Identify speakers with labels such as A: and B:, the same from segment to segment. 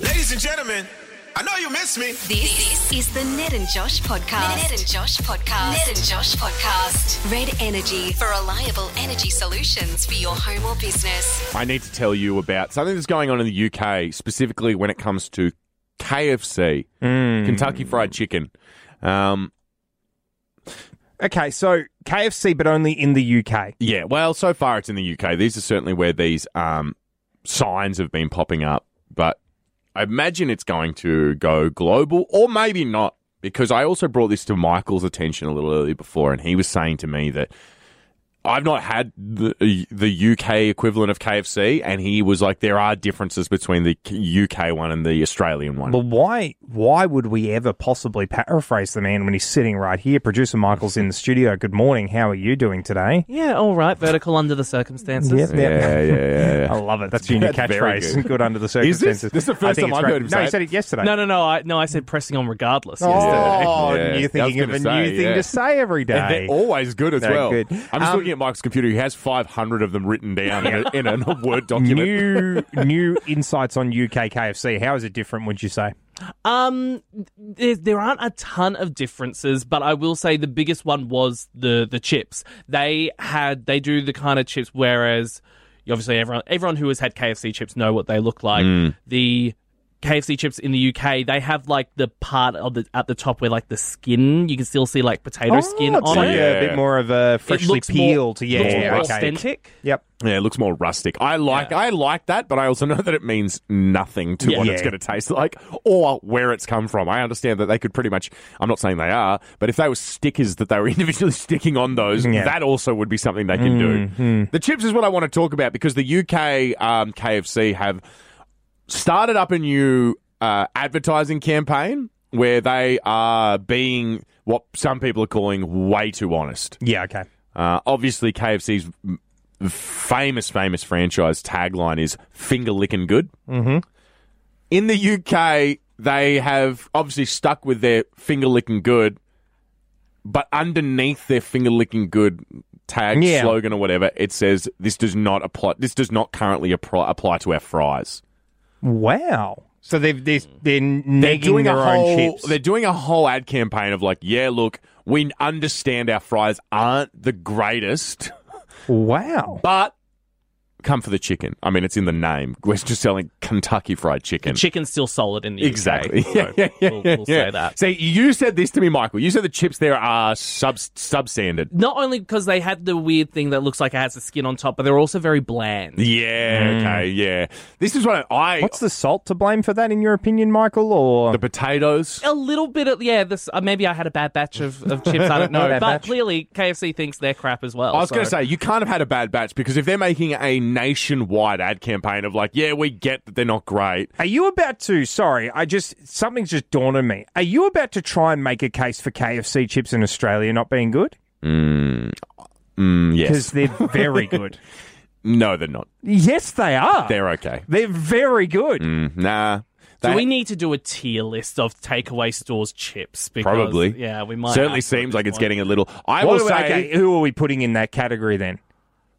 A: Ladies and gentlemen, I know you miss me.
B: This is the Ned and Josh podcast. Ned and Josh podcast. Ned and Josh podcast. Red Energy for reliable energy solutions for your home or business.
C: I need to tell you about something that's going on in the UK, specifically when it comes to KFC, Kentucky Fried Chicken. Um,
D: Okay, so KFC, but only in the UK.
C: yeah, well, so far it's in the UK. These are certainly where these um, signs have been popping up, but I imagine it's going to go global, or maybe not, because I also brought this to Michael's attention a little earlier before, and he was saying to me that I've not had the the UK equivalent of KFC, and he was like, there are differences between the UK one and the Australian one.
D: Well, why why would we ever possibly paraphrase the man when he's sitting right here? Producer Michael's in the studio. Good morning. How are you doing today?
E: Yeah, all right. Vertical under the circumstances.
D: Yep, yep.
C: yeah, yeah, yeah. yeah.
D: I love it. That's your new
C: That's very
D: catchphrase.
C: good.
D: Good. under the
C: this-
D: circumstances.
C: this is the
D: I
C: first
D: think
C: time
D: it's
C: I've
D: great.
C: heard him
D: No,
C: say
D: he
C: it.
D: said it yesterday.
E: No, no, no. I no, I said pressing on regardless. yesterday.
D: Oh,
C: Yeah. I
D: you're
C: was
D: thinking of
C: gonna
D: a
C: say,
D: new thing
C: yeah.
D: to say every day.
C: And they're always good as
D: They're
C: well.
D: good.
C: I'm just
D: Um,
C: looking at Mike's computer. He has 500 of them written down in, a, in, a, Word document.
D: new new insights on UK KFC. How is it different? Would you say?
E: Um, there, there aren't a ton of differences, but I will say the biggest one was the the chips. They had they do the kind of chips, whereas obviously everyone everyone who has had KFC chips know what they look like.
D: Mm.
E: The KFC chips in the UK, they have like the part of the at the top where like the skin, you can still see like potato
D: Oh,
E: skin
D: it's
E: on
D: like
E: it.
C: Oh, Yeah.
D: a bit more of a
E: It
D: freshly
E: looks more-
D: peeled. yeah,
E: looks more
D: okay.
E: authentic.
D: Yep.
C: Yeah, it looks more rustic. I like I like that, but I also know that it means nothing to
E: Yeah.
C: what it's
D: Yeah.
C: going to taste like or where it's come from. I understand that they could pretty much. I'm not saying they are, but if they were stickers that they were individually sticking on those,
D: Yeah. Mm-hmm.
C: that also would be something they can do. The chips is what I want to talk about because the UK um, KFC have started up a new uh, advertising campaign where they are being what some people are calling way too honest.
D: Yeah. Okay.
C: Uh, obviously, KFC's m- famous, famous franchise tagline is "finger licking good." Mm-hmm. In the UK, they have obviously stuck with their "finger licking good," but underneath their "finger licking good" tag
D: Yeah.
C: slogan or whatever, it says this does not apply. This does not currently apply, apply to our fries.
D: Wow. So they've they're,
C: Hmm.
D: they're negging
C: They're doing
D: their
C: a
D: own
C: whole.
D: chips.
C: They're doing a whole ad campaign of like, yeah, look, we understand our fries aren't the greatest.
D: Wow.
C: But come for the chicken. I mean, it's in the name. We're just selling Kentucky Fried Chicken.
E: Chicken's still solid in the
C: Exactly.
E: UK.
C: Yeah, yeah,
E: So
C: yeah,
E: we'll, we'll
C: yeah.
E: say that.
C: See, you said this to me, Michael. You said the chips there are sub substandard.
E: Not only because they had the weird thing that looks like it has a skin on top, but they're also very bland.
C: Yeah.
E: Mm.
C: Okay. Yeah. This is what I.
D: What's the salt to blame for that, in your opinion, Michael? Or
C: the potatoes?
E: A little bit of yeah. This uh, maybe I had a bad batch of, of chips. I don't know,
D: Bad
E: but
D: batch.
E: clearly KFC thinks they're crap as well.
C: I was
E: so-
C: going to say you can't have had a bad batch because if they're making a nationwide ad campaign of like, yeah, we get that they're not great.
D: are you about to? Sorry, I just something's just dawned on me. Are you about to try and make a case for KFC chips in Australia not being good?
C: Mm, yes.
D: Because they're very good.
C: No, they're not.
D: yes, they are. They're,
C: They're okay.
D: very good.
C: Mm, nah.
E: do
C: They-
E: we need to do a tier list of takeaway stores chips? Because,
C: Probably.
E: Yeah, we might.
C: certainly
E: have to at
C: seems
E: this
C: like it's
E: point.
C: getting a little. I
D: What
C: will
D: are
C: say,
D: we- okay, who are we putting in that category then?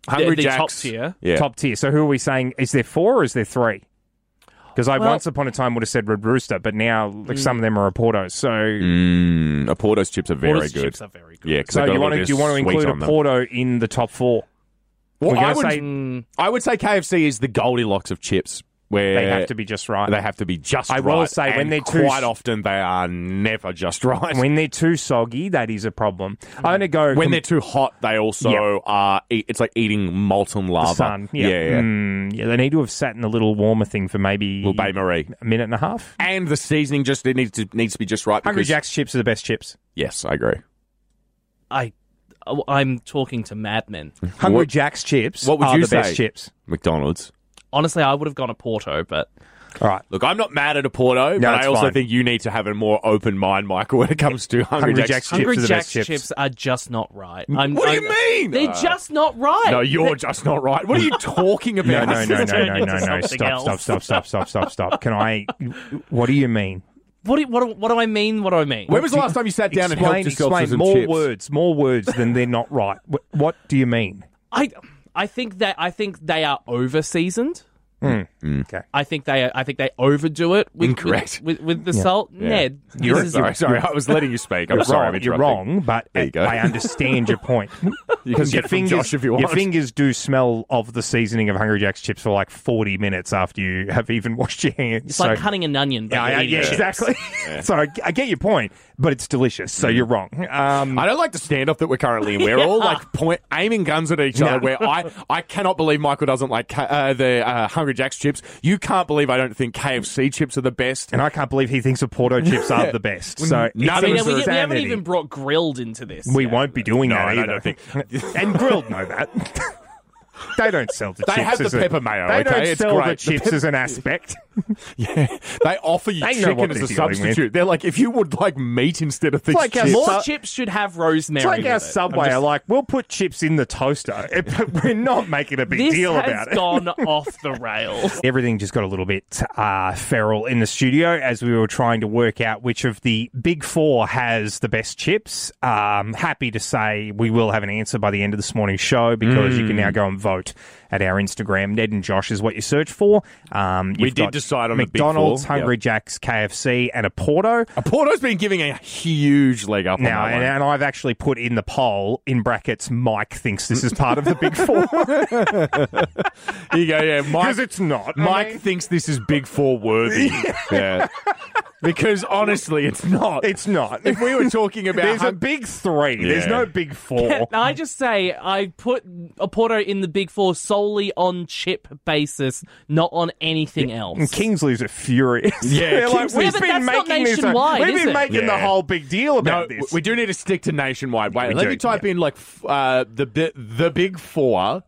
C: Hungry
E: the
C: Jack's
E: top tier.
C: Yeah.
D: Top tier. So who are we saying? Is there four or is there three? Because I
E: Well-
D: once upon a time would have said Red Rooster, but now like, some of them are Portos. So
C: Mm, a Porto's chips are very
E: Porter's
C: good.
E: Chips are very good.
C: Yeah, because
D: So you want to you want to include a Porto in the top four?
C: Well,
D: We're
C: I
D: gonna
C: would,
D: say
E: Mm,
C: I would say KFC is the Goldilocks of chips, where
D: they have to be just right.
C: they have to be just.
D: I
C: right,
D: will say when
C: and
D: they're too
C: quite
D: s-
C: often they are never just right.
D: when they're too soggy, that is a problem. I'm gonna go
C: Mm. When
D: com-
C: they're too hot, they also
D: Yep.
C: are. Eat, it's like eating molten lava.
D: sun.
C: Yeah,
D: Yeah,
C: yeah.
D: Mm, yeah, They need to have sat in a little warmer thing for maybe
C: Little Bay Marie,
D: a minute and a half.
C: and the seasoning just it needs to needs to be just right.
D: Hungry
C: because-
D: Jack's chips are the best chips.
C: Yes, I agree.
E: I, oh, I'm talking to madmen.
D: Hungry
C: What-
D: Jack's chips
C: what would
D: are
C: you
D: the
C: say?
D: best chips.
C: McDonald's.
E: Honestly, I would have gone to Porto, but
D: All right.
C: Look, I'm not mad at a Porto, but I
D: it's
C: also
D: fine.
C: think you need to have a more open mind, Michael, when it comes to Hungry,
D: Hungry
C: Jack's.
D: Jack's chips.
E: Hungry
D: are the
E: Jack's
D: best
E: chips.
D: chips.
E: are just not right. I'm,
C: What do
E: I'm-
C: you mean?
E: They're
C: Uh,
E: just not right.
C: No, you're
E: They're-
C: just not right. What are you talking
D: No,
C: about?
D: no,
C: This
D: no,
C: is
D: no,
E: turning
D: no, no,
E: into
D: no.
E: something
D: Stop, stop,
E: else.
D: stop, stop, stop, stop, stop. Can I? What do you mean?
E: What do, what, do, what do I mean? What do I mean?
C: When was the last time you sat down and helped yourself to
D: explain
C: some
D: more
C: chips?
D: words, more words than they're not right. What, what do you mean?
E: I I think that I think they are over seasoned.
D: Hmm, mm, Okay.
E: I think they I think they overdo it with
C: Incorrect.
E: with, with, with the salt. Ned,
C: You're,
E: this is
C: sorry, sorry, I was letting you speak. I'm
D: You're
C: sorry,
D: wrong,
C: I'm
D: you're
C: interrupting.
D: wrong, but
C: There you go.
D: I understand your point.
C: You can
D: Because
C: get
D: your
C: it from
D: fingers,
C: Josh if you want.
D: your fingers do smell of the seasoning of Hungry Jack's chips for like forty minutes after you have even washed your hands.
E: It's
D: so-
E: like cutting an onion. But
D: yeah,
E: you're
D: yeah,
E: eating
D: yeah,
E: chips.
D: exactly. so I, I get your point, but it's delicious. So
C: Mm.
D: you're wrong. Um,
C: I don't like the standoff that we're currently in. We're all like point aiming guns at each other. Where I, I cannot believe Michael doesn't like K- uh, the uh, Hungry Jack's chips. You can't believe I don't think KFC chips are the best.
D: and I can't believe he thinks the Porto chips are the best. So it's
C: None of
E: I mean,
C: us
E: we,
C: are
E: we haven't
D: insanity.
E: even brought grilled into this.
D: We
E: yet.
D: won't be doing
C: No,
D: that
C: I
D: either.
C: don't think-
D: and grilled know that. they don't sell the
C: They
D: chips.
C: have the
D: as a-
C: pepper mayo,
D: They don't
C: okay? It's
D: sell the
C: great. The
D: chips as an aspect.
C: Yeah, they offer you
D: They know
C: chicken
D: what
C: as
D: they're
C: a
D: dealing with.
C: substitute. They're like, if you would like meat instead of these
D: like uh, our
C: chips, Uh,
E: More
D: So-
E: chips should have rosemary.
D: It's like
E: with
D: our
E: it.
D: Subway. are like, we'll put chips in the toaster, but we're not making a big
E: This
D: deal
E: has
D: about it.
E: gone off the rails.
D: Everything just got a little bit uh, feral in the studio as we were trying to work out which of the big four has the best chips. Um, happy to say we will have an answer by the end of this morning's show because you can now go and vote at our Instagram. Ned and Josh is what you search for. Um,
C: We
D: you've
C: did
D: got
C: decide on the big
D: McDonald's,
C: four.
D: Hungry
C: Yep.
D: Jack's, KFC, and a Porto.
C: Porto's been giving a huge leg up
D: Now,
C: on that
D: and,
C: one.
D: and I've actually put in the poll in brackets. Mike thinks this is part of the big four
C: You go, yeah, Mike.
D: because it's not. I
C: Mike
D: mean,
C: thinks this is Big Four worthy. yeah. Because honestly, it's not.
D: it's not.
C: if we were talking about
D: There's a
C: hung-
D: big three. There's
C: Yeah.
D: no big four.
E: Now, I just say I put a Porto in the big four solely on chip basis, not on anything
D: And
E: else.
D: Kingsley's are furious.
C: Yeah,
D: They're like,
C: Kingsley's-
E: Yeah,
D: we've
E: but
D: been
E: that's not
D: making this.
E: nationwide,
D: we've
E: is
D: been
E: it?
D: making the
C: Yeah.
D: whole big deal
C: No,
D: about this.
C: we do need to stick to nationwide. Wait,
D: We
C: let
D: do,
C: me type in like f- uh, the bi- the Big Four.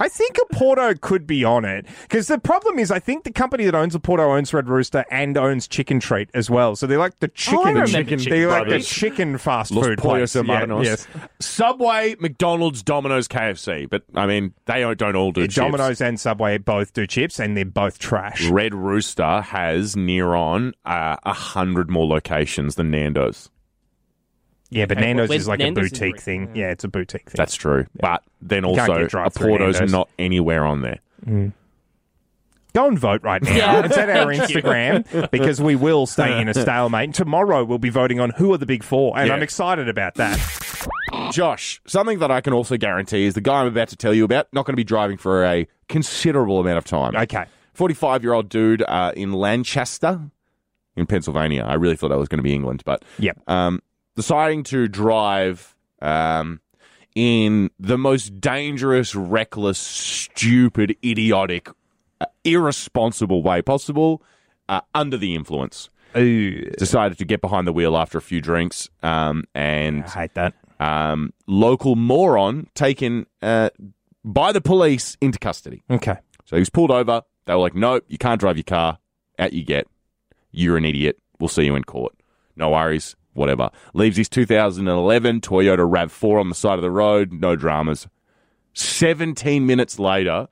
D: I think a Porto could be on it because the problem is, I think the company that owns a Porto owns Red Rooster and owns Chicken Treat as well. So they're like the chicken,
E: Oh, remember
D: chicken
E: Chicken
D: they're like the
C: Brothers.
D: chicken fast
C: Los
D: food
C: Pollos
D: place. Yeah,
C: Hermanos.
D: yes.
C: Subway, McDonald's, Domino's, KFC. But I mean, they don't- don't all do chips.
D: Domino's and Subway both do chips, and they're both trash.
C: Red Rooster has near on uh, a hundred more locations than Nando's.
D: Yeah, but
E: Okay,
D: Nando's
E: well,
D: is like
E: Nando's
D: a
E: is
D: boutique
E: great,
D: thing. Yeah. it's a boutique thing.
C: That's true. But then
D: can't
C: also,
D: get
C: a
D: drive-through
C: Porto's
D: Nando's.
C: not anywhere on there.
D: Go and vote right now.
E: Yeah.
D: It's at our Instagram because we will stay in a stalemate. Tomorrow we'll be voting on who are the big four, and
C: Yeah.
D: I'm excited about that.
C: Josh, something that I can also guarantee is the guy I'm about to tell you about not going to be driving for a considerable amount of time.
D: Okay.
C: 45 year old dude uh, in Lancaster, in Pennsylvania. I really thought that was going to be England, but
D: Yep.
C: um, deciding to drive um, in the most dangerous, reckless, stupid, idiotic, uh, irresponsible way possible uh, under the influence. Decided to get behind the wheel after a few drinks um, and
D: I hate that.
C: um, local moron taken uh, by the police into custody.
D: Okay.
C: So he was pulled over. They were like, nope, you can't drive your car. Out you get. You're an idiot. We'll see you in court. No worries. Whatever. Leaves his 2011 Toyota RAV4 on the side of the road. No dramas. 17 minutes later,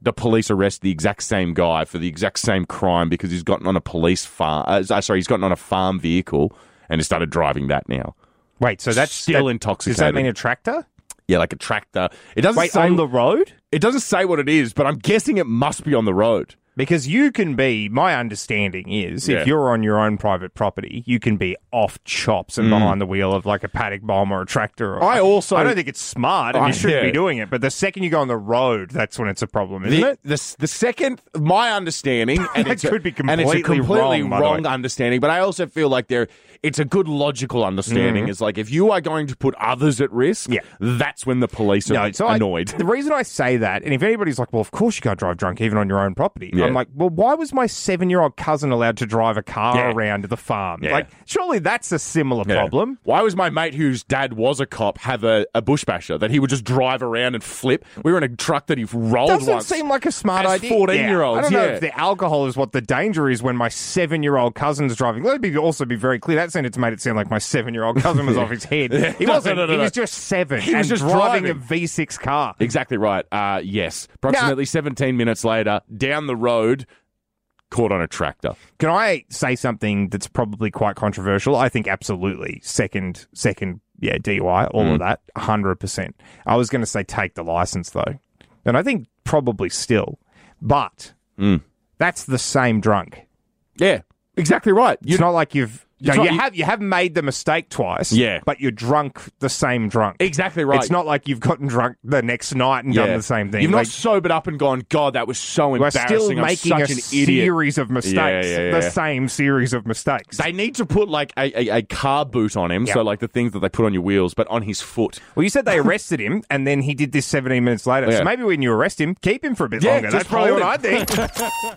C: the police arrest the exact same guy for the exact same crime because he's gotten on a police farm. Uh, sorry, he's gotten on a farm vehicle and has started driving that now.
D: Wait, so that's
C: Still
D: that-
C: intoxicated.
D: Does that mean a tractor?
C: Yeah, like a tractor. It doesn't
D: Wait,
C: say
D: on the road?
C: it doesn't say what it is, but I'm guessing it must be on the road.
D: Because you can be, my understanding is,
C: Yeah.
D: if you're on your own private property, you can be off chops and behind the wheel of like a paddock bomb or a tractor. Or,
C: Mm. I also-
D: I don't think it's smart, and
C: I-
D: you shouldn't
C: yeah.
D: be doing it. But the second you go on the road, that's when it's a problem, isn't
C: The,
D: it?
C: the, the second, my understanding, and
D: That
C: it's a-
D: could be
C: and it's a
D: completely
C: completely
D: wrong,
C: wrong,
D: by the way.
C: understanding, but I also feel like there, it's a good logical understanding. It's like if you are going to put others at risk,
D: Mm-hmm. Yeah.
C: that's when the police are
D: No, so I-
C: annoyed.
D: the reason I say that, and if anybody's like, well, of course you can't drive drunk even on your own property,
C: Yeah.
D: I'm like, well, why was my seven year old cousin allowed to drive a car
C: Yeah.
D: around the farm?
C: Yeah.
D: Like, surely that's a similar
C: Yeah.
D: problem.
C: Why was my mate whose dad was a cop have a, a bush basher that he would just drive around and flip? We were in a truck that he rolled
D: Doesn't
C: once.
D: seem like a smart
C: As
D: idea.
C: 14-year-olds,
D: I don't know
C: yeah.
D: if the alcohol is what the danger is when my seven year old cousin's driving. Let me also be very clear. That sentence made it sound like my seven year old cousin was off his head. He
C: No,
D: wasn't.
C: no, no,
D: he
C: no.
D: was just seven.
C: He was
D: and
C: just
D: driving,
C: driving.
D: a V6 car.
C: Exactly right. Uh, yes. Approximately 17 minutes later, down the road, caught on a tractor.
D: Can I say something that's probably quite controversial? I think absolutely second,
C: Mm.
D: second, yeah, DUI, all of that, hundred percent. I was going to say take the license though. And I think probably still. But
C: Mm.
D: that's the same drunk.
C: Yeah, exactly right. You
D: It's not like you've. No,
C: It's not-
D: you
C: you-
D: have you have made the mistake twice,
C: Yeah.
D: But you're drunk, the same drunk,
C: Exactly right.
D: It's not like you've gotten drunk the next night and done the same thing.
C: You've
D: Like,
C: not sobered up and gone, God, that was so
D: we're
C: embarrassing.
D: still
C: I'm
D: making
C: such
D: a
C: an idiot.
D: series of mistakes,
C: yeah, yeah.
D: the same series of mistakes.
C: They need to put like a, a, a car boot on him, so
D: Yeah.
C: like the things that they put on your wheels, but on his foot.
D: well, you said they arrested him, and then he did this 17 minutes later.
C: Yeah.
D: So maybe when you arrest him, keep him for a bit
C: Yeah,
D: longer.
C: just
D: That's probably
C: hold
D: what I think.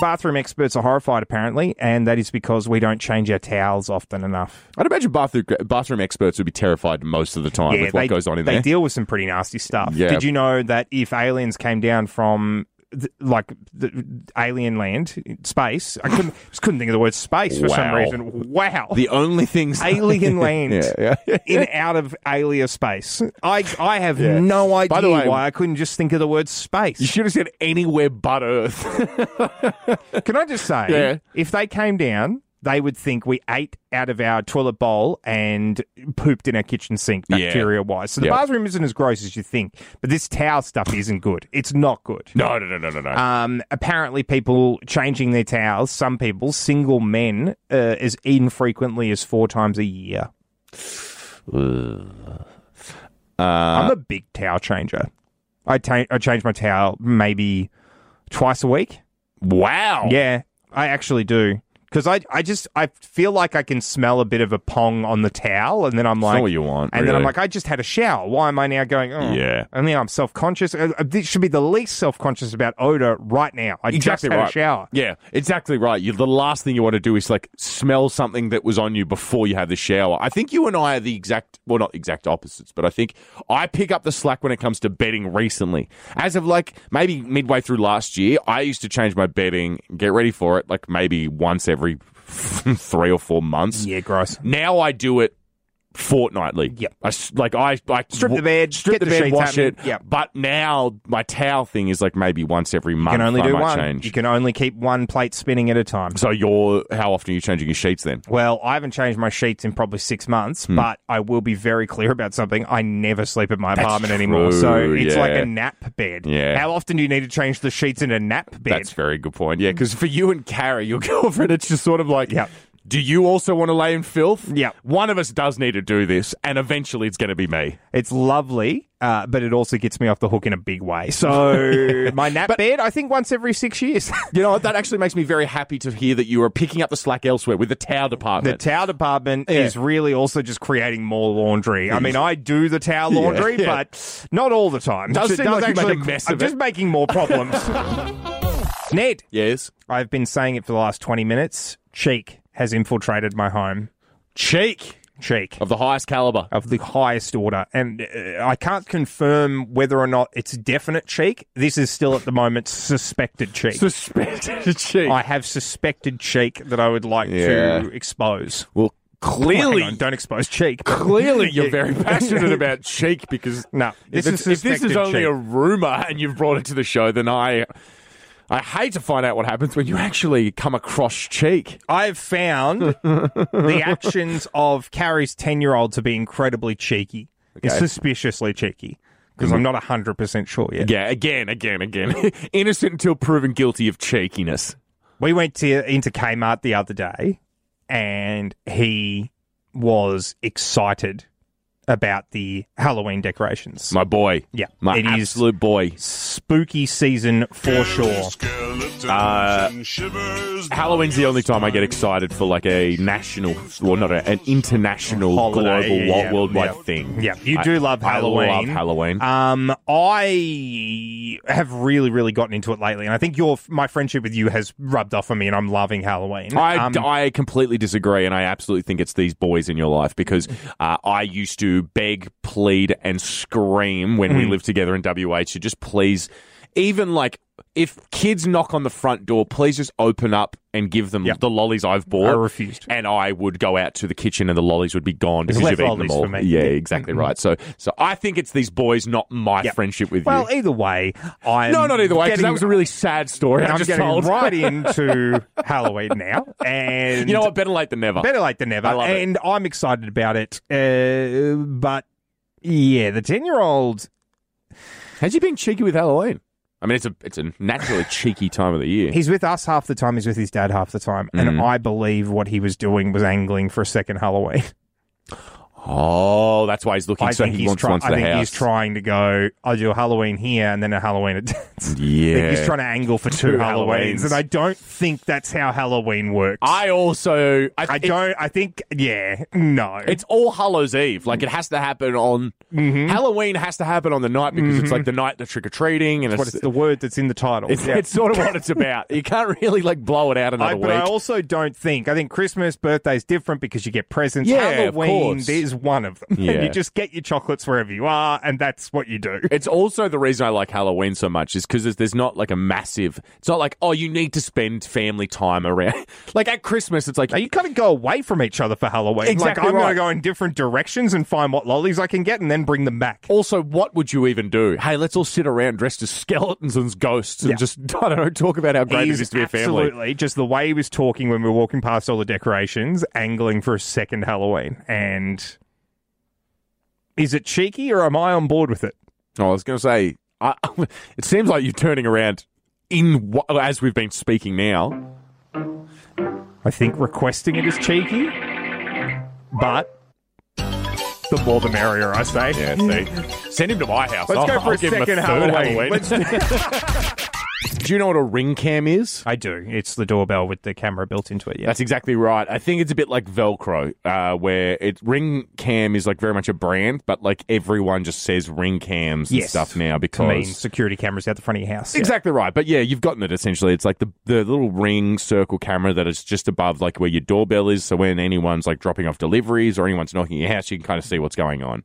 D: Bathroom experts are horrified, apparently, and that is because we don't change our towels often enough.
C: I'd imagine bathroom bathroom experts would be terrified most of the time with what
D: they,
C: goes on in
D: they
C: there.
D: deal with some pretty nasty stuff.
C: Yeah.
D: Did you know that if aliens came down from th- like the alien land, space, I couldn't just couldn't think of the word space for some
C: Wow.
D: reason. Wow,
C: The only things
D: alien land
C: Yeah, yeah.
D: in out of alien space. I I have no idea
C: By the way-
D: why I couldn't just think of the word
C: You
D: space.
C: should have said anywhere but Earth.
D: Can I just say,
C: Yeah.
D: if they came down. They would think we ate out of our toilet bowl and pooped in our kitchen sink,
C: Yeah.
D: bacteria wise. So the
C: Yep.
D: bathroom isn't as gross as you think, but this towel stuff isn't good. It's not good.
C: No, no, no, no, no, no.
D: Um, apparently, people changing their towels, some people, single men, uh, as infrequently as four times a year. I'm a big towel changer. I, ta- I change my towel maybe twice a week.
C: wow.
D: Yeah, I actually do. Because I, I just I feel like I can smell a bit of a pong on the towel, and then I'm
C: not
D: like,
C: what you want,
D: And then I'm
C: really.
D: like, I just had a shower. Why am I now going? Oh.
C: Yeah.
D: And now I'm self conscious. This should be the least self conscious about odor right now. I
C: Exactly
D: just had
C: right.
D: a shower.
C: Yeah, exactly right. You, the last thing you want to do is like smell something that was on you before you had the shower. I think you and I are the exact, well, not exact opposites, but I think I pick up the slack when it comes to bedding recently. As of like maybe midway through last year, I used to change my bedding, get ready for it, like maybe once every three or four months.
D: Yeah, gross.
C: Now I do it fortnightly.
D: Yep.
C: I s- like I I
D: Strip the bed,
C: strip
D: get
C: the
D: the
C: bed,
D: sheets
C: wash
D: happening.
C: it.
D: Yep.
C: But now my towel thing is like maybe once every month.
D: You can only
C: I
D: do
C: might
D: one.
C: Change.
D: You can only keep one plate spinning at a time.
C: So you're how often are you changing your sheets then?
D: Well, I haven't changed my sheets in probably six months,
C: Hmm.
D: but I will be very clear about something. I never sleep in my apartment anymore.
C: true,
D: So it's like
C: yeah.
D: a nap bed.
C: Yeah.
D: How often do you need to change the sheets in a nap bed?
C: That's a very good point. Yeah, because for you and Cara, your girlfriend, it's just sort of like,
D: Yep.
C: do you also want to lay in filth?
D: Yep.
C: One of us does need to do this, and eventually it's going to be me.
D: It's lovely, uh, but it also gets me off the hook in a big way. So my nap bed, I think once every six years.
C: You know what? That actually makes me very happy to hear that you are picking up the slack elsewhere with the towel
D: The
C: department.
D: towel department is really also just creating more laundry. I mean, I do the towel
C: Yeah,
D: laundry,
C: yeah.
D: but not all the time.
C: Does
D: It
C: seem like you make a mess
D: I'm
C: of
D: just
C: it.
D: making more problems. Ned,
C: yes.
D: I've been saying it for the last 20 minutes. Cheek has infiltrated my home.
C: Cheek
D: Cheek.
C: of the highest caliber.
D: Of the highest order. And uh, I can't confirm whether or not it's definite cheek. This is still at the moment suspected cheek.
C: Suspended cheek.
D: I have suspected cheek that I would like
C: Yeah.
D: to expose.
C: well,
D: Hang on,
C: clearly,
D: don't expose cheek.
C: clearly you're very passionate about cheek because
D: No,
C: If,
D: this
C: it's- if
D: is
C: this is
D: suspected
C: only
D: cheek.
C: a rumor and you've brought it to the show, then I, I hate to find out what happens when you actually come across cheek.
D: I've found the actions of Carrie's 10 year old to be incredibly cheeky. It's suspiciously cheeky because I'm not 100% sure yet.
C: Yeah, again, again, again. Innocent until proven guilty of cheekiness.
D: We went to into Kmart the other day and he was excited about the Halloween decorations.
C: My boy.
D: Yeah,
C: My
D: it is-
C: absolute boy.
D: Spooky season for sure.
C: Uh, Halloween's the only time I get excited for like a national, well, not a, an international,
D: Holiday,
C: global,
D: yeah, yeah,
C: worldwide
D: yeah.
C: thing.
D: Yeah, you do
C: I-
D: love Halloween.
C: I love Halloween.
D: Um, I have really, really gotten into it lately, and I think your my friendship with you has rubbed off on me, and I'm loving Halloween.
C: I,
D: Um,
C: I completely disagree, and I absolutely think it's these boys in your life because uh, I used to beg, plead, and scream when
D: Hmm.
C: we lived together in WH to just please, even like if kids knock on the front door, please just open up and give them the lollies I've bought.
D: I refused.
C: and I would go out to the kitchen, and the lollies would be gone because
D: left
C: you've eaten them
D: lollies
C: all.
D: for me.
C: Yeah,
D: Yeah. Mm-hmm.
C: exactly right. So, so I think it's these boys, not my friendship with
D: well,
C: you.
D: either way, I
C: No, not either way, because
D: Getting,
C: that was a really sad story. I
D: I'm
C: just
D: getting
C: told.
D: right into Halloween now, and
C: You know what? Better late than never.
D: better late than never.
C: I love it.
D: and I'm excited about it, uh, but yeah, the ten year old.
C: Has he been cheeky with Halloween? I mean, it's a it's a naturally cheeky time of the year.
D: He's with us half the time. He's with his dad half the time.
C: Mm.
D: And I believe what he was doing was angling for a second Halloween.
C: oh, that's why he's looking.
D: I
C: so
D: think
C: he
D: he's
C: wants
D: trying.
C: one to
D: I
C: the
D: think
C: house.
D: he's trying to go. I'll do a Halloween here and then a Halloween at dad's. I think
C: Yeah.
D: he's trying to angle for two,
C: Two
D: Halloweens,
C: Halloweens.
D: and I don't think that's how Halloween works.
C: I also. I,
D: I
C: it-
D: don't. I think. Yeah. No.
C: It's all Hallows Eve. Like it has to happen on
D: Mm-hmm.
C: Halloween has to happen on the night because it's like the night the trick or treating and
D: what
C: it's
D: it's the word Mm-hmm. that's in the title.
C: it's,
D: Yeah.
C: it's sort of what it's about. You can't really like blow it out another
D: I,
C: week.
D: but I also don't think. I think Christmas, birthday's different because you get presents.
C: Yeah, of
D: Halloween
C: course.
D: is one of them.
C: Yeah.
D: And you just get your chocolates wherever you are, and that's what you do.
C: it's also the reason I like Halloween so much is because there's, there's not like a massive. It's not like oh you need to spend family time around. like at Christmas, it's like
D: Now, you kind of go away from each other for Halloween.
C: Exactly
D: like, I'm going
C: right.
D: to go in different directions and find what lollies I can get and then bring them back.
C: also what would you even do? Hey, let's all sit around dressed as skeletons and ghosts and
D: Yeah.
C: just I don't know talk about how great
D: He's
C: it is to be a family.
D: absolutely just the way he was talking when we were walking past all the decorations, angling for a second Halloween. And is it cheeky or am I on board with it?
C: Oh, I was going to say, I, it seems like you're turning around in wh- as we've been speaking now.
D: I think requesting it is cheeky, but the more the merrier, I say.
C: Send him to my house.
D: Let's
C: I'll-
D: go for
C: I'll
D: a
C: give him
D: second
C: third
D: Halloween.
C: Do you know what a ring cam is?
D: I do. It's the doorbell with the camera built into it. Yeah.
C: That's exactly right. I think it's a bit like Velcro, uh, where it ring cam is like very much a brand, but like everyone just says ring cams and
D: Yes.
C: stuff now
D: to
C: because
D: mean security cameras out the front of your house.
C: Exactly right. But yeah, you've gotten it essentially. It's like the, the little ring circle camera that is just above like where your doorbell is. So when anyone's like dropping off deliveries or anyone's knocking your house, you can kind of see what's going on.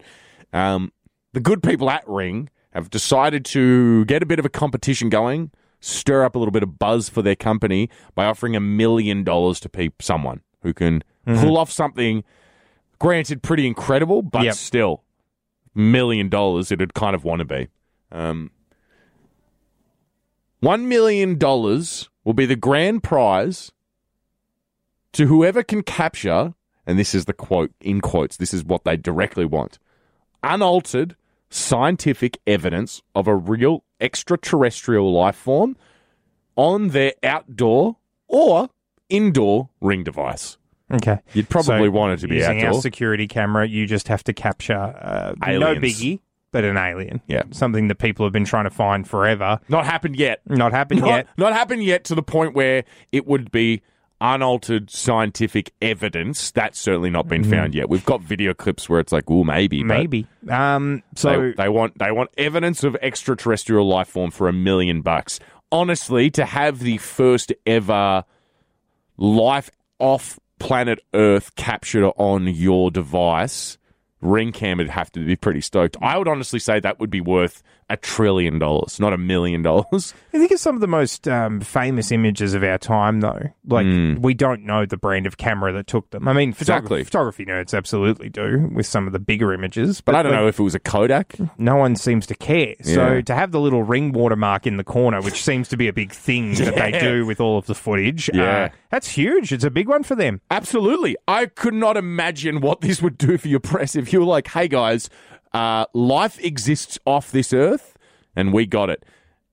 C: Um, the good people at Ring have decided to get a bit of a competition going, stir up a little bit of buzz for their company by offering a million dollars to pe- someone who can pull off something, granted, pretty incredible, but
D: Yep.
C: still, million dollars it'd kind of want to be. Um, one million dollars will be the grand prize to whoever can capture, and this is the quote in quotes, this is what they directly want unaltered scientific evidence of a real extraterrestrial life form on their outdoor or indoor ring device.
D: Yeah. Okay.
C: You'd probably
D: So,
C: want it to be
D: using
C: outdoor.
D: our security camera, you just have to capture uh, no
C: Aliens.
D: biggie, but an alien.
C: Yeah.
D: something that people have been trying to find forever.
C: Not happened yet.
D: Not happened
C: Not,
D: Mm. yet.
C: not happened yet to the point where it would be unaltered scientific evidence. That's certainly not been found yet. We've got video clips where it's like, "Ooh, maybe, but
D: Mm-hmm. Maybe. Um. So
C: they, they want they want evidence of extraterrestrial life form for a million bucks. Honestly, to have the first ever life off planet Earth captured on your device, Ring Cam would have to be pretty stoked. I would honestly say that would be worth a trillion dollars, not a million dollars.
D: I think it's some of the most um, famous images of our time, though. Like we don't know the brand of camera that took them. I mean, photog-
C: Hmm. Exactly.
D: photography nerds absolutely do with some of the bigger images,
C: But I don't
D: like,
C: know if it was a Kodak.
D: No one seems to care. So
C: Yeah.
D: to have the little ring watermark in the corner, which seems to be a big thing that they do with all of the footage, uh,
C: Yeah.
D: that's huge. It's a big one for them.
C: Absolutely. I could not imagine what this would do for your press if you were like, hey guys, uh, life exists off this earth and we got it.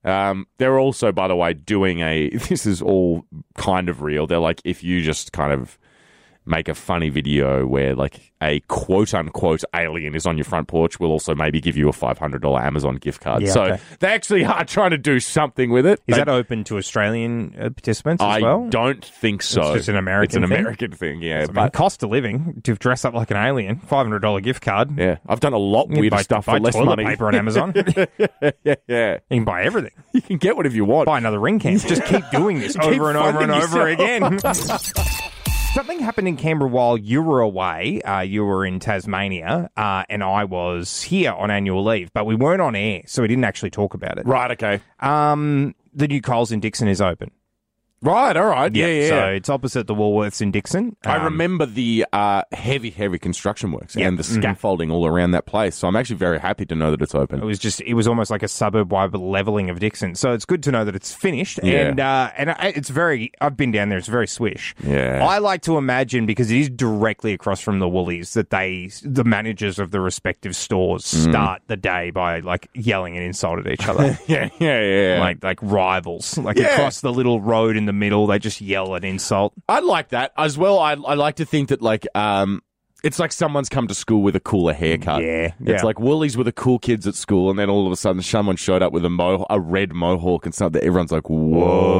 C: Um, they're also, by the way, doing a. This is all kind of real. They're like, if you just kind of make a funny video where like a quote unquote alien is on your front porch, we'll also maybe give you a five hundred dollar Amazon gift card.
D: Yeah,
C: so
D: okay.
C: they actually are trying to do something with it. They-
D: Is that open to Australian uh, participants as
C: I
D: well?
C: don't think so.
D: just an
C: It's
D: American
C: an
D: thing?
C: American thing. Yeah,
D: I mean,
C: but
D: cost of living to dress up like an alien, five hundred dollar gift card.
C: Yeah, I've done a lot
D: You can
C: weird
D: buy,
C: stuff
D: buy
C: for less
D: toilet
C: money.
D: paper on Amazon. you
C: yeah, yeah,
D: can buy everything.
C: you can get whatever you want.
D: buy another ring cam. Just keep doing this over and over and
C: finding
D: over
C: yourself.
D: again. Something happened in Canberra while you were away. Uh, you were in Tasmania, uh, and I was here on annual leave, but we weren't on air, so we didn't actually talk about it.
C: Right, okay.
D: Um, the new Coles and Dixon is open.
C: Right, all right. Yeah, yeah.
D: So
C: yeah.
D: it's opposite the Woolworths in Dixon.
C: I
D: Um,
C: remember the uh, heavy, heavy construction works
D: Yeah. Mm-hmm.
C: and the scaffolding all around that place. So I'm actually very happy to know that it's
D: It
C: open.
D: was just it was almost like a suburb wide leveling of Dixon. So it's good to know that it's finished
C: Yeah.
D: and uh, and I- it's very I've been down there. It's very swish.
C: Yeah.
D: I like to imagine because it is directly across from the Woolies that they the managers of the respective stores
C: Mm-hmm.
D: start the day by like yelling and insult at each other.
C: Yeah, yeah, yeah. Like,
D: Like like rivals, like
C: Yeah.
D: across the little road in the middle, they just yell an insult.
C: I like that as well. I, I like to think that like um, it's like someone's come to school with a cooler haircut.
D: Yeah,
C: it's
D: yeah.
C: like Woolies were the cool kids at school, and then all of a sudden someone showed up with a mo a red mohawk and something. Everyone's like,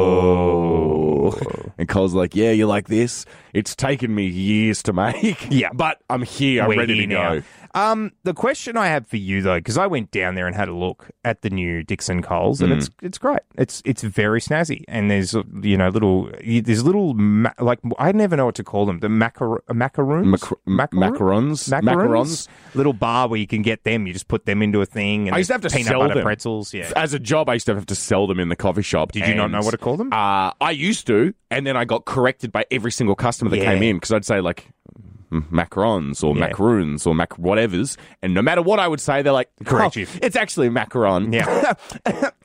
D: Oh.
C: whoa. And Cole's like, yeah, you like this? It's taken me years to make.
D: Yeah.
C: but I'm here. I'm
D: We're
C: ready
D: here
C: to
D: now.
C: go.
D: Um, the question I have for you though, because I went down there and had a look at the new Dixon Coles,
C: Hmm.
D: and it's it's great. It's it's very snazzy, and there's uh, you know little there's little ma- like I never know what to call them the macar- macaroons
C: Macar- macarons?
D: macarons
C: Macarons?
D: little bar where you can get them. You just put them into a thing. And
C: I used to
D: there's
C: have to
D: peanut
C: sell
D: butter
C: them.
D: pretzels. Yeah,
C: As a job, I used to have to sell them in the coffee shop.
D: Did you not
C: and,
D: know what to call them?
C: Uh, I used to, and then I got corrected by every single customer that
D: Yeah.
C: came in because I'd say like mm, macarons or
D: Yeah.
C: macaroons or mac whatevers, and no matter what I would say, they're like,
D: Correct
C: "Oh,
D: you.
C: It's actually a macaron.
D: yeah.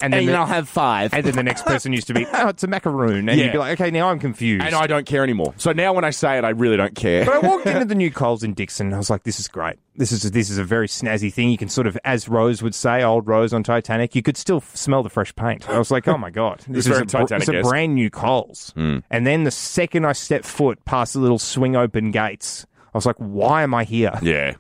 D: and then the,
C: have five.
D: and
C: And,
D: then the next person used to be oh it's a macaroon, and
C: Yeah.
D: you'd be like okay now I'm confused.
C: I don't care anymore. So now when I say it, I really don't care.
D: But I walked into the new Coles in Dixon, and I was like, "This is great. This is this is a very snazzy thing. You can sort of, as Rose would say, old Rose on Titanic, you could still f- smell the fresh paint." I was like, "Oh my god,
C: was
D: this is
C: very
D: a, br- it's a
C: Titanic-esque. Hmm.
D: brand new Coles." And then the second I stepped foot past the little swing open gates, I was like, "Why am I here?"
C: yeah,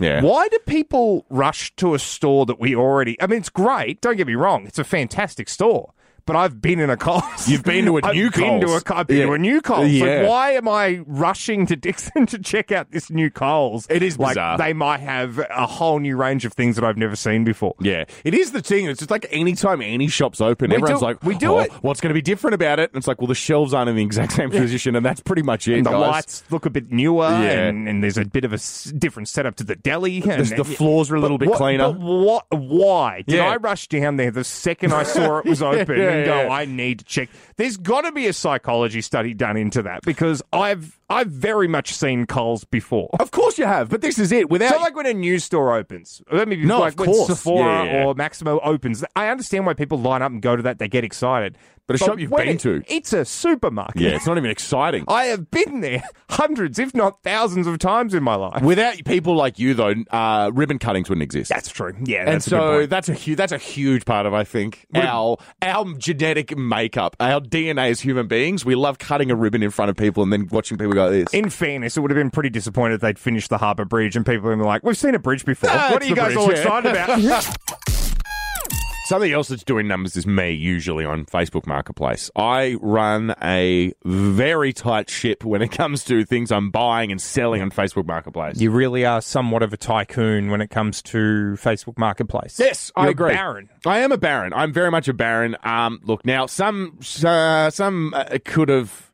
C: yeah.
D: Why do people rush to a store that we already? I mean, it's great. Don't get me wrong; it's a fantastic store. But I've been in a Coles.
C: You've been to a
D: I've
C: new
D: been To a,
C: Coles.
D: I've been
C: Yeah.
D: to a new Coles.
C: Yeah.
D: Like, why am I rushing to Dixon to check out this new Coles?
C: It is
D: like
C: bizarre.
D: they might have a whole new range of things that I've never seen before.
C: Yeah, it is the thing. It's just like anytime any shop's open,
D: We
C: everyone's
D: do-
C: like,
D: we do
C: "Oh,
D: it."
C: What's going to be different about it? And it's like, well, the shelves aren't in the exact same position, and that's pretty much it.
D: And the
C: guys.
D: lights look a bit newer,
C: Yeah.
D: and, and there's a bit of a s- different setup to the deli.
C: The,
D: And
C: the floors are a little bit
D: What-
C: cleaner.
D: But what? Why did
C: Yeah.
D: I rush down there the second I saw it was open
C: Yeah,
D: and go?
C: yeah.
D: I need to check. There's got to be a psychology study done into that because I've I've very much seen Coles before.
C: Of course you have, but this is it. Without
D: So like when a new store opens, let me be
C: No,
D: like
C: of
D: when
C: course.
D: Sephora
C: Yeah, yeah, yeah.
D: or Maximo opens. I understand why people line up and go to that; they get excited.
C: But a shop you've
D: when
C: been
D: it-
C: to.
D: it's a supermarket.
C: yeah, it's not even exciting.
D: I have been there hundreds, if not thousands, of times in my life.
C: Without people like you, though, uh, ribbon cuttings wouldn't exist.
D: That's true. Yeah,
C: and
D: that's a good
C: so
D: point.
C: that's a huge that's a huge part of I think our our genetic makeup, our DNA as human beings. We love cutting a ribbon in front of people and then watching people go like this.
D: In fairness, it would have been pretty disappointed if they'd finished the Harbour Bridge and people would be like, we've seen a bridge before.
C: Ah,
D: what
C: it's
D: are you
C: the
D: guys
C: bridge,
D: all
C: yeah."
D: excited about?
C: Something else that's doing numbers is me usually on Facebook Marketplace. I run a very tight ship when it comes to things I'm buying and selling on Facebook Marketplace.
D: you really are somewhat of a tycoon when it comes to Facebook Marketplace.
C: Yes, I
D: You're
C: agree.
D: barren.
C: I am a baron. I'm very much a baron. Um, look now, some uh, some uh, could have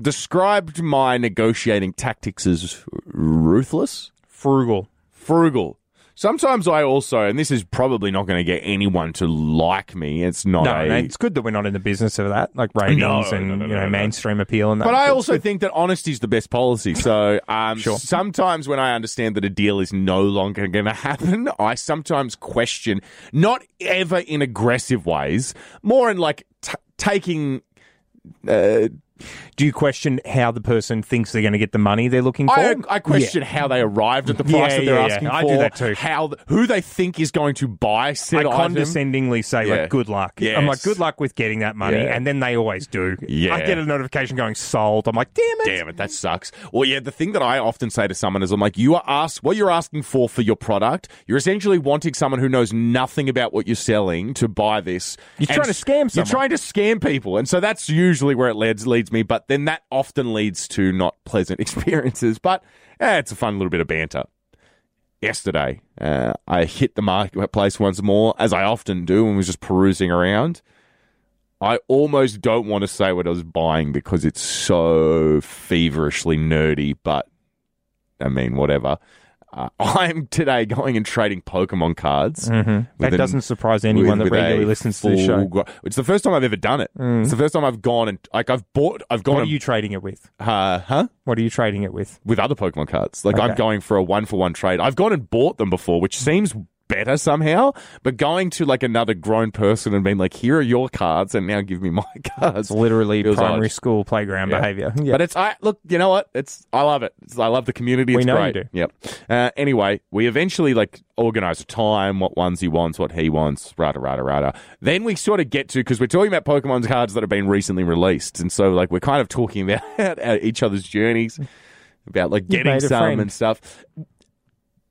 C: described my negotiating tactics as ruthless,
D: Frugal.
C: frugal. Sometimes I also, and this is probably not going to get anyone to like me. It's not.
D: No,
C: a,
D: no, it's good that we're not in the business of that, like ratings
C: no,
D: and
C: no, no,
D: you know
C: no, no.
D: mainstream appeal and that.
C: But I also think that honesty is the best policy. So um, sometimes when I understand that a deal is no longer going to happen, I sometimes question, not ever in aggressive ways, more in like t- taking. Uh,
D: do you question how the person thinks they're going to get the money they're looking for?
C: I, I question how they arrived at the price
D: Yeah,
C: that they're
D: yeah, yeah.
C: asking
D: I do
C: for.
D: that too.
C: How th- who they think is going to buy
D: Yeah.
C: said
D: I
C: item.
D: condescendingly say
C: Yeah.
D: like good luck. I'm
C: Yes.
D: like good luck with getting that money,
C: Yeah.
D: and then they always do.
C: Yeah.
D: I get a notification going sold. I'm like, damn it,
C: Damn it, that sucks. Well, yeah, the thing that I often say to someone is, I'm like, you are asked what you're asking for for your product. You're essentially wanting someone who knows nothing about what you're selling to buy this.
D: You're trying to
C: s-
D: scam
C: You're
D: someone.
C: trying to scam people, and so that's usually where it leads leads me. But then that often leads to not pleasant experiences. But eh, it's a fun little bit of banter. Yesterday, uh, I hit the marketplace once more, as I often do, and was just perusing around. I almost don't want to say what I was buying because it's so feverishly nerdy, but I mean, whatever. Uh, I'm today going and trading Pokemon cards.
D: Mm-hmm. That doesn't surprise anyone that regularly listens to the show. Mm.
C: show. It's the first time I've ever done it. It's the first time I've gone and like I've bought. I've gone
D: What are
C: and,
D: you trading it with?
C: uh, huh
D: What are you trading it with?
C: with other Pokemon cards. Like I'm
D: Okay.
C: going for a one for one trade. I've gone and bought them before, which seems better somehow. But going to like another grown person and being like, "Here are your cards, and now give me my cards."
D: It's literally
C: Feels
D: primary
C: odd.
D: school playground
C: Yeah.
D: behavior.
C: But it's I look, you know what? It's I love it. It's, I love the community. It's
D: We know
C: great.
D: you do.
C: Yep. Uh, anyway, we eventually like organize a time, what ones he wants, what he wants, rada rada rada. Then we sort of get to because we're talking about Pokemon cards that have been recently released, and so like we're kind of talking about our- each other's journeys, about like getting
D: made a
C: some
D: friend.
C: and stuff.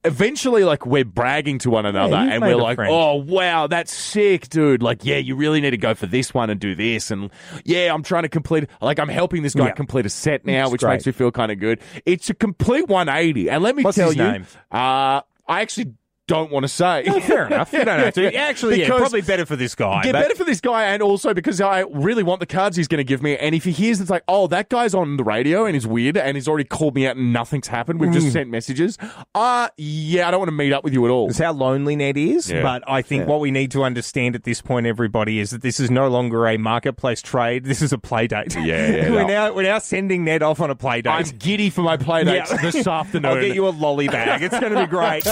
C: Eventually, like we're bragging to one another,
D: you've
C: and
D: made
C: we're
D: a
C: like,
D: friend.
C: "Oh wow, that's sick, dude! Like, yeah, you really need to go for this one and do this, and yeah, I'm trying to complete. Like, I'm helping this guy
D: Yeah.
C: complete a set now,
D: It's
C: which
D: great.
C: makes me feel kind of good. It's a complete 180, and let me
D: What's
C: tell
D: his
C: you,
D: name?
C: uh, I actually don't want to say.
D: Fair enough. You don't have to. Actually, yeah,
C: Because-
D: probably better for this guy.
C: Yeah,
D: but-
C: better for this guy, and also because I really want the cards he's going to give me. And if he hears it's like, oh, that guy's on the radio and he's weird and he's already called me out and nothing's happened. We've just sent messages. Uh, yeah, I don't want to meet up with you at all.
D: Mm. is how lonely Ned is.
C: Yeah.
D: But I think what we need to understand at this point, everybody, is that this is no longer a marketplace trade. This is a play date.
C: Yeah, yeah,
D: we're
C: no.
D: now we're now sending Ned off on a play date.
C: I'm giddy for my play dates
D: Yeah.
C: this afternoon.
D: I'll get you a lolly bag. It's going to be great.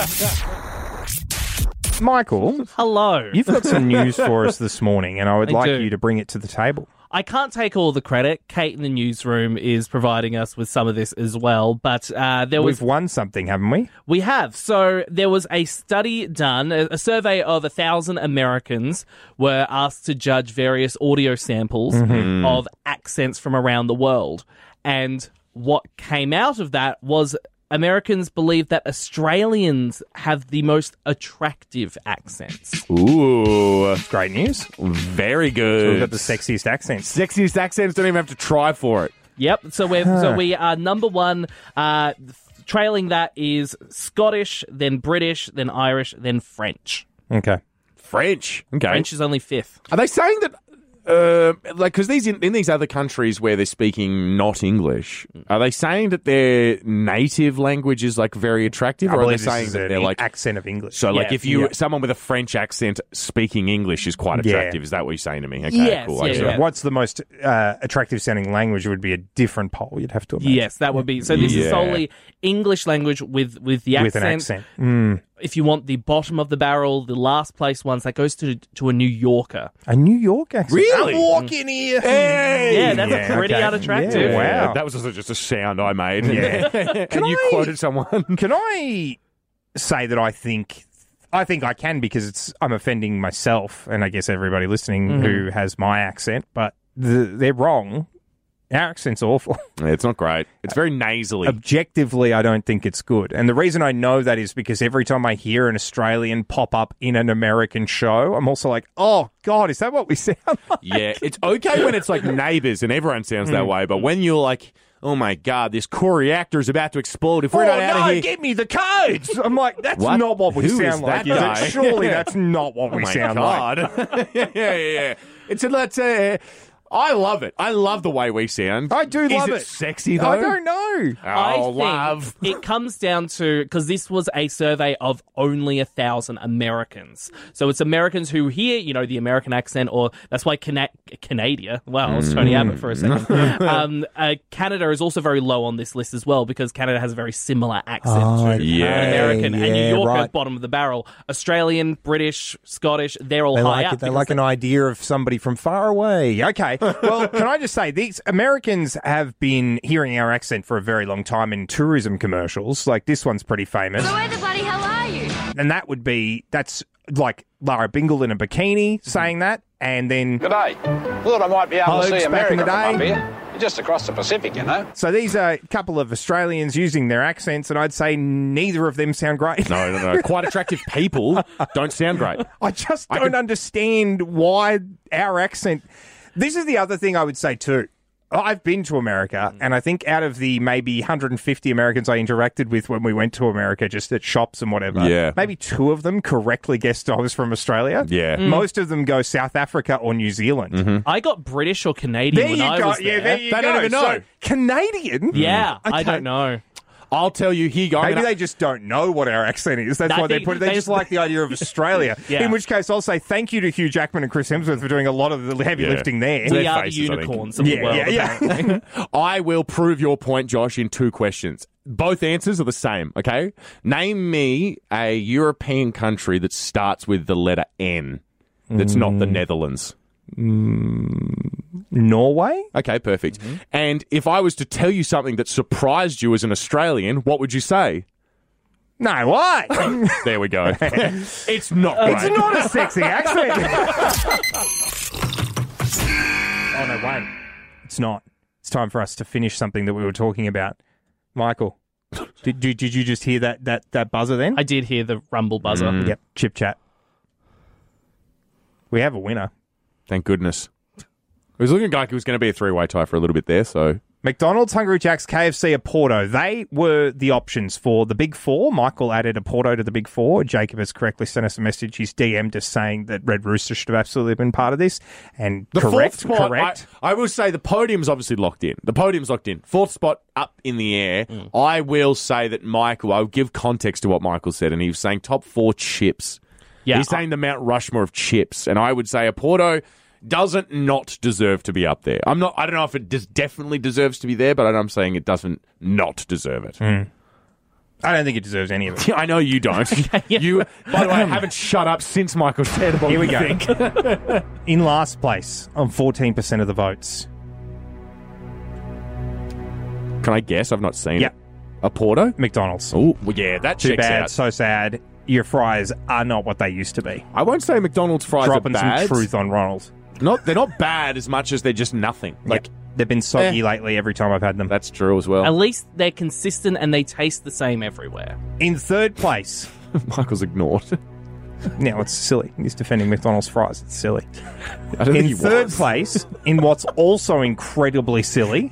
D: Michael,
E: Hello.
D: you've got some news for us this morning, and I would
E: I
D: like
E: do.
D: you to bring it to the table.
E: I can't take all the credit. Kate in the newsroom is providing us with some of this as well. But uh, there was
D: We've won something, haven't we?
E: We have. So there was a study done, a, a survey of a thousand Americans were asked to judge various audio samples of accents from around the world. And what came out of that was Americans believe that Australians have the most attractive accents.
C: Ooh,
D: Great news.
C: very
D: We've
C: good.
D: got the sexiest accents.
C: sexiest accents. Don't even have to try for it.
E: yep. So we are so we are number one. Uh, trailing that is Scottish, then British, then Irish, then French.
D: Okay.
C: French. Okay.
E: French is only fifth.
C: Are they saying that? Uh, like, because these in, in these other countries where they're speaking not English, are they saying that their native language is like very attractive, or
D: I
C: are they
D: believe this
C: saying
D: is
C: that
D: an
C: they're like
D: accent of English.
C: so? Like,
E: Yeah,
C: if you
E: yeah.
C: someone with a French accent speaking English is quite
D: Yeah.
C: attractive, is that what you're saying to me? Okay,
E: Yes,
C: cool. I
E: yeah,
C: see.
E: yeah.
D: What's the most uh, attractive sounding language would be a different poll. You'd have to imagine.
E: Yes, that would be. So this is
C: Yeah.
E: solely English language with with the accent.
D: With an accent. Mm.
E: If you want the bottom of the barrel, the last place ones that goes to to a New Yorker.
D: A New York accent.
C: Really?
D: I'm walking here. Hey!
E: Yeah, that's
D: Yeah,
E: pretty
D: okay.
E: unattractive.
D: Yeah. Wow.
C: that was also just a sound I made.
D: Yeah.
C: and you
D: I-
C: quoted someone.
D: Can I say that I think I think I can because it's I'm offending myself and I guess everybody listening
C: Mm-hmm.
D: who has my accent, but th they're wrong. Our accent's awful.
C: it's not great. It's very nasally.
D: Objectively, I don't think it's good. And the reason I know that is because every time I hear an Australian pop up in an American show, I'm also like, oh, God, is that what we sound like?
C: Yeah, it's okay when it's like neighbors and everyone sounds
D: Hmm.
C: that way, but when you're like, oh my god, this core reactor is about to explode.
D: Oh,
C: If we're not out of here,
D: give me the codes. I'm like, that's
C: What?
D: not what we
C: Who is
D: sound like.
C: that
D: is it?
C: guy?
D: Surely that's not what
C: oh
D: we
C: my
D: sound like.
C: god, yeah, yeah, yeah. It's a let's. Uh, I love it. I love the way we sound.
D: I do
C: is
D: love
C: it.
D: it.
C: Sexy though.
D: I don't know.
C: Oh,
E: I think
C: love.
E: it comes down to because this was a survey of only a thousand Americans, so it's Americans who hear you know the American accent, or that's why Cana- Canada. Wow, I was Tony
F: Mm.
E: Abbott for a second. um, uh, Canada is also very low on this list as well because Canada has a very similar accent. to
C: Yeah.
E: American and New
F: Oh, yeah,
E: Yorker
F: right.
E: bottom of the barrel. Australian, British, Scottish, they're all
F: They
E: high
F: like
E: up.
F: it. They
E: Oh, because
F: like an idea of
D: somebody from far away. Okay. Well, can I just say these Americans have been hearing our accent for a very long time in tourism commercials. Like this one's pretty famous.
G: So where the bloody hell are you?
D: And that would be that's like Lara Bingle in a bikini saying that and then
H: Good day. Thought I might be able
D: Blokes
H: to see
D: back in
H: America
D: the
H: from
D: day.
H: up here. You're just across the Pacific, you know.
D: so these are a couple of Australians using their accents and I'd say neither of them sound great.
C: No, no, no. Quite attractive people don't sound great.
D: I just don't understand why our accent. This is the other thing I would say too. I've been to America, and I think out of the maybe 150 Americans I interacted with when we went to America, just at shops and whatever,
C: Yeah.
D: maybe two of them correctly guessed I was from Australia.
C: Yeah. Mm.
D: most of them go South Africa or New Zealand.
E: I got British or Canadian
D: There
E: Mm-hmm. when
D: you
E: I
D: go.
E: was
D: Yeah, there you
C: They
D: go.
C: don't even know.
D: So, Canadian.
E: Yeah, I
D: Okay.
E: don't know.
C: I'll tell you, here you go. I'm
D: Maybe
C: gonna-
D: they just don't know what our accent is. That's
E: I
D: why they
E: think
D: put it. They,
E: they-
D: just like the idea of Australia.
E: Yeah.
D: In which case, I'll say thank you to Hugh Jackman and Chris Hemsworth for doing a lot of the heavy
C: Yeah.
D: lifting there.
C: Their
E: we are
C: faces, I
E: the
C: think.
E: unicorns of the world.
D: yeah, yeah.
C: I will prove your point, Josh, in two questions. Both answers are the same, okay? Name me a European country that starts with the letter N that's not the Netherlands.
D: Norway?
C: Okay, perfect. And if I was to tell you something that surprised you as an Australian, what would you say?
D: No, why?
C: There we go. it's not
D: it's
C: great.
D: not a sexy accent. oh no, wait. It's not. It's time for us to finish something that we were talking about. Michael, did, did, did you just hear that that that buzzer then?
E: I did hear the rumble buzzer.
D: Yep, chip chat. We have a winner.
C: Thank goodness. It was looking like it was going to be a three way tie for a little bit there, so.
D: McDonald's, Hungry Jack's, KFC, or Porto. They were the options for the big four. Michael added a Porto to the big four. Jacob has correctly sent us a message. He's DM'd us saying that Red Rooster should have absolutely been part of this. And
C: The
D: correct,
C: fourth spot,
D: correct.
C: I, I will say the podium's obviously locked in. The podium's locked in. Fourth spot up in the air.
D: Mm.
C: I will say that Michael, I'll give context to what Michael said, and he was saying top four chips.
E: Yeah,
C: He's saying the Mount Rushmore of chips, and I would say a Porto doesn't not deserve to be up there. I'm not. I don't know if it des- definitely deserves to be there, but I'm saying it doesn't not deserve it.
D: Mm. I don't think it deserves any of it.
C: I know you don't. You, by the way, haven't shut up since Michael said. what
D: Here we
C: you
D: go.
C: think.
D: In last place on 14% of the votes.
C: Can I guess? I've not seen
D: Yeah.
C: it. A Porto.
D: McDonald's.
C: Oh, well, yeah, that
D: Too
C: checks
D: bad.
C: out.
D: So sad. Your fries are not what they used to be.
C: I won't say McDonald's fries
D: Dropping
C: are bad.
D: some truth on Ronald.
C: Not they're not bad as much as they're just nothing. Like
D: Yep. They've been
C: Eh.
D: soggy lately every time I've had them.
C: that's true as well.
E: At least they're consistent and they taste the same everywhere.
D: In third place.
C: Michael's ignored.
D: Now it's silly. He's defending McDonald's fries. It's silly.
C: I don't think he
D: in third
C: was.
D: place, in what's also incredibly silly,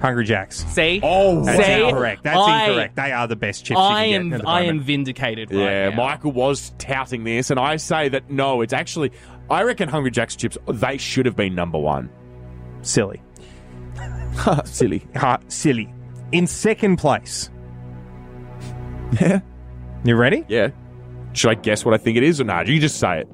D: Hungry Jacks.
E: See?
C: Oh,
D: That's
E: See?
D: incorrect. That's
E: I,
D: incorrect. They are the best chips.
E: I
D: you can
E: am
D: Get at the
E: I am
D: moment.
E: vindicated right
C: Yeah,
E: now.
C: Michael was touting this, and I say that no, it's actually. I reckon Hungry Jack's chips they should have been number one.
D: silly.
C: Silly.
D: Ha, silly. In second place. you ready?
C: Yeah. Should I guess what I think it is, or not? You just say it.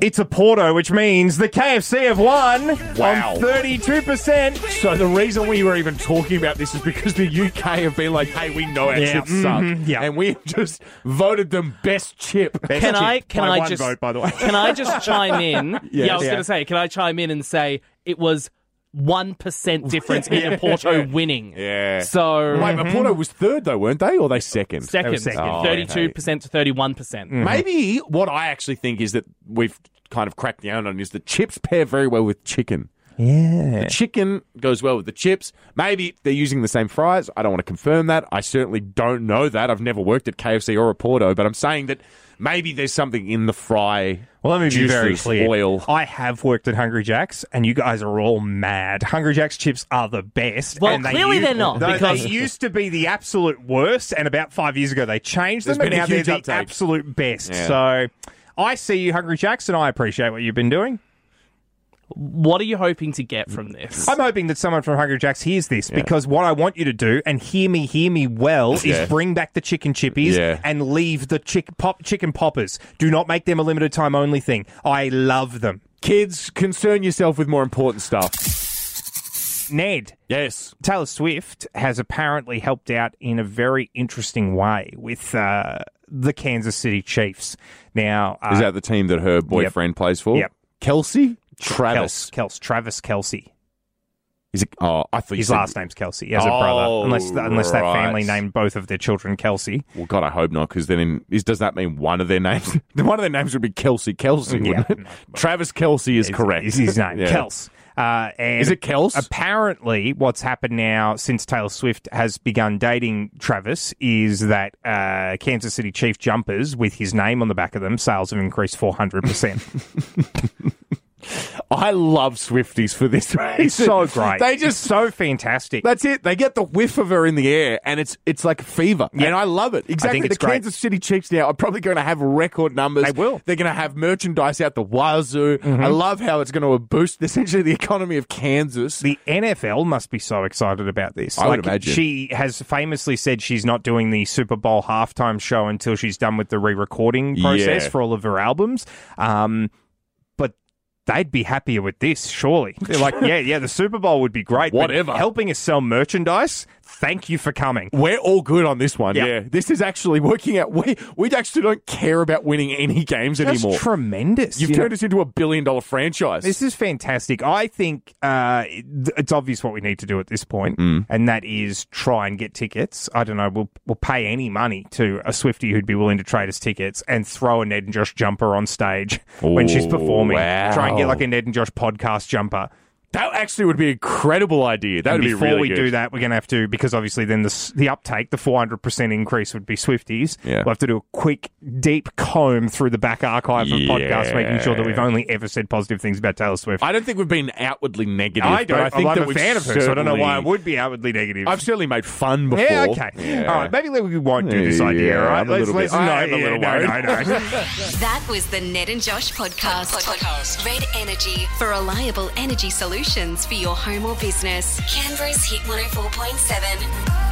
D: It's a Porto, which means the KFC have won
C: Wow.
D: on thirty-two percent.
C: So the reason we were even talking about this is because the UK have been like, "Hey, we know our
D: Yeah,
C: chips
D: mhm,
C: suck,"
D: yeah.
C: and we just voted them best chip.
E: Can I can
D: by
E: I
D: one
E: just
D: vote, by the way.
E: Can I just chime in? yeah, I was
D: Yeah.
E: going to say, can I chime in and say it was 1% difference in Porto winning.
C: Yeah.
E: So
C: Wait, but Porto was third though, weren't they? Or they second?
E: second,
D: Mm-hmm. second.
C: Oh,
D: Mm.
C: Mm-hmm.
E: 32% to 31%.
C: Maybe what I actually think is that we've kind of cracked down on is that chips pair very well with chicken.
D: Yeah.
C: Chicken goes well with the chips. Maybe they're using the same fries. I don't want to confirm that. I certainly don't know that. I've never worked at KFC or a Porto, but I'm saying that maybe there's something in the fry.
D: Well, let me be very
C: juices,
D: clear.
C: Oil.
D: I have worked at Hungry Jack's, and you guys are all mad. Hungry Jack's chips are the best.
E: Well,
D: and
E: clearly they're not,
D: No,
E: because-
D: they used to be the absolute worst, and about five years ago they changed them,
C: There's
D: and
C: been a
D: now they're
C: huge
D: the
C: uptake.
D: absolute best.
C: Yeah.
D: So, I see you, Hungry Jack's, and I appreciate what you've been doing.
E: What are you hoping to get from this?
D: I'm hoping that someone from Hungry Jack's hears this because what I want you to do, and hear me, hear me well,
C: Yeah.
D: is bring back the chicken chippies
C: Yeah.
D: and leave the chick pop chicken poppers. Do not make them a limited time only thing. I love them.
C: Kids, concern yourself with more important stuff.
D: Ned,
C: Yes.
D: Taylor Swift has apparently helped out in a very interesting way with uh, the Kansas City Chiefs. Now, uh,
C: Is that the team that her boyfriend plays for?
D: Yep.
C: Kelsey?
D: Kels,
C: Travis.
D: Kels, Travis Kelsey.
C: Is it, oh, I thought you
D: His
C: said-
D: last name's Kelsey. He has a
C: Oh,
D: brother, unless unless that
C: right.
D: family named both of their children Kelsey.
C: Well, God, I hope not, because then in, is, does that mean one of their names? one of their names would be Kelsey Kelsey, wouldn't
D: Yeah.
C: it? Travis Kelsey is correct.
D: Is his name
C: Yeah.
D: Kels? Uh, and
C: Is it Kels?
D: Apparently, what's happened now since Taylor Swift has begun dating Travis is that uh, Kansas City Chief jumpers with his name on the back of them, sales have increased four hundred percent.
C: I love Swifties for this reason.
D: so great.
C: They just
D: so fantastic.
C: That's it. They get the whiff of her in the air, and it's it's like a fever. And I love it. Exactly.
D: it's
C: the
D: great.
C: Kansas City Chiefs now are probably going to have record numbers.
D: They will. Mm-hmm.
C: They're going to have merchandise out the wazoo. I love how it's going to boost essentially the economy of Kansas.
D: The NFL must be so excited about this.
C: I would imagine.
D: She has famously said she's not doing the Super Bowl halftime show until she's done with the re-recording process
C: Yeah.
D: for all of her albums. Um, but they'd be happier with this, surely. They're like, yeah, yeah, the Super Bowl would be great. but
C: Whatever.
D: helping us sell merchandise. Thank you for coming.
C: We're all good on this one.
D: Yeah.
C: Yeah. This is actually working out. We we actually don't care about winning any games
D: Just
C: anymore.
D: tremendous.
C: You've
D: you know?
C: turned us into a billion dollar franchise.
D: This is fantastic. I think uh, it- it's obvious what we need to do at this point,
C: Mm.
D: and that is try and get tickets. I don't know. We'll we'll pay any money to a Swifty who'd be willing to trade us tickets and throw a Ned and Josh jumper on stage when she's
C: Ooh,
D: performing.
C: wow.
D: Try and get like a Ned and Josh podcast jumper.
C: that actually would be an incredible idea. That would
D: And
C: be
D: before
C: really
D: we
C: good.
D: do that, we're going to have to because obviously then the s- the uptake, the four hundred percent increase would be Swifties.
C: Yeah.
D: We'll have to do a quick deep comb through the back archive of podcasts, making sure that we've
C: Yeah.
D: only ever said positive things about Taylor Swift.
C: I don't think we've been outwardly negative.
D: I don't.
C: but I think
D: am
C: that
D: a
C: we've
D: fan of her, so I don't know why I
C: certainly-
D: would be outwardly negative.
C: I've certainly made fun before.
D: yeah, okay. All right, maybe we won't do this
C: Yeah,
D: idea, all right?
C: I'm a
D: let's
C: little
D: let's
C: bit-
D: no,
C: I am a
D: yeah,
C: little
D: no,
C: worried.
D: no, no.
B: That was the Ned and Josh podcast. podcast. Red Energy for oh reliable energy solutions for your home or business. Canberra's Hit 104.7.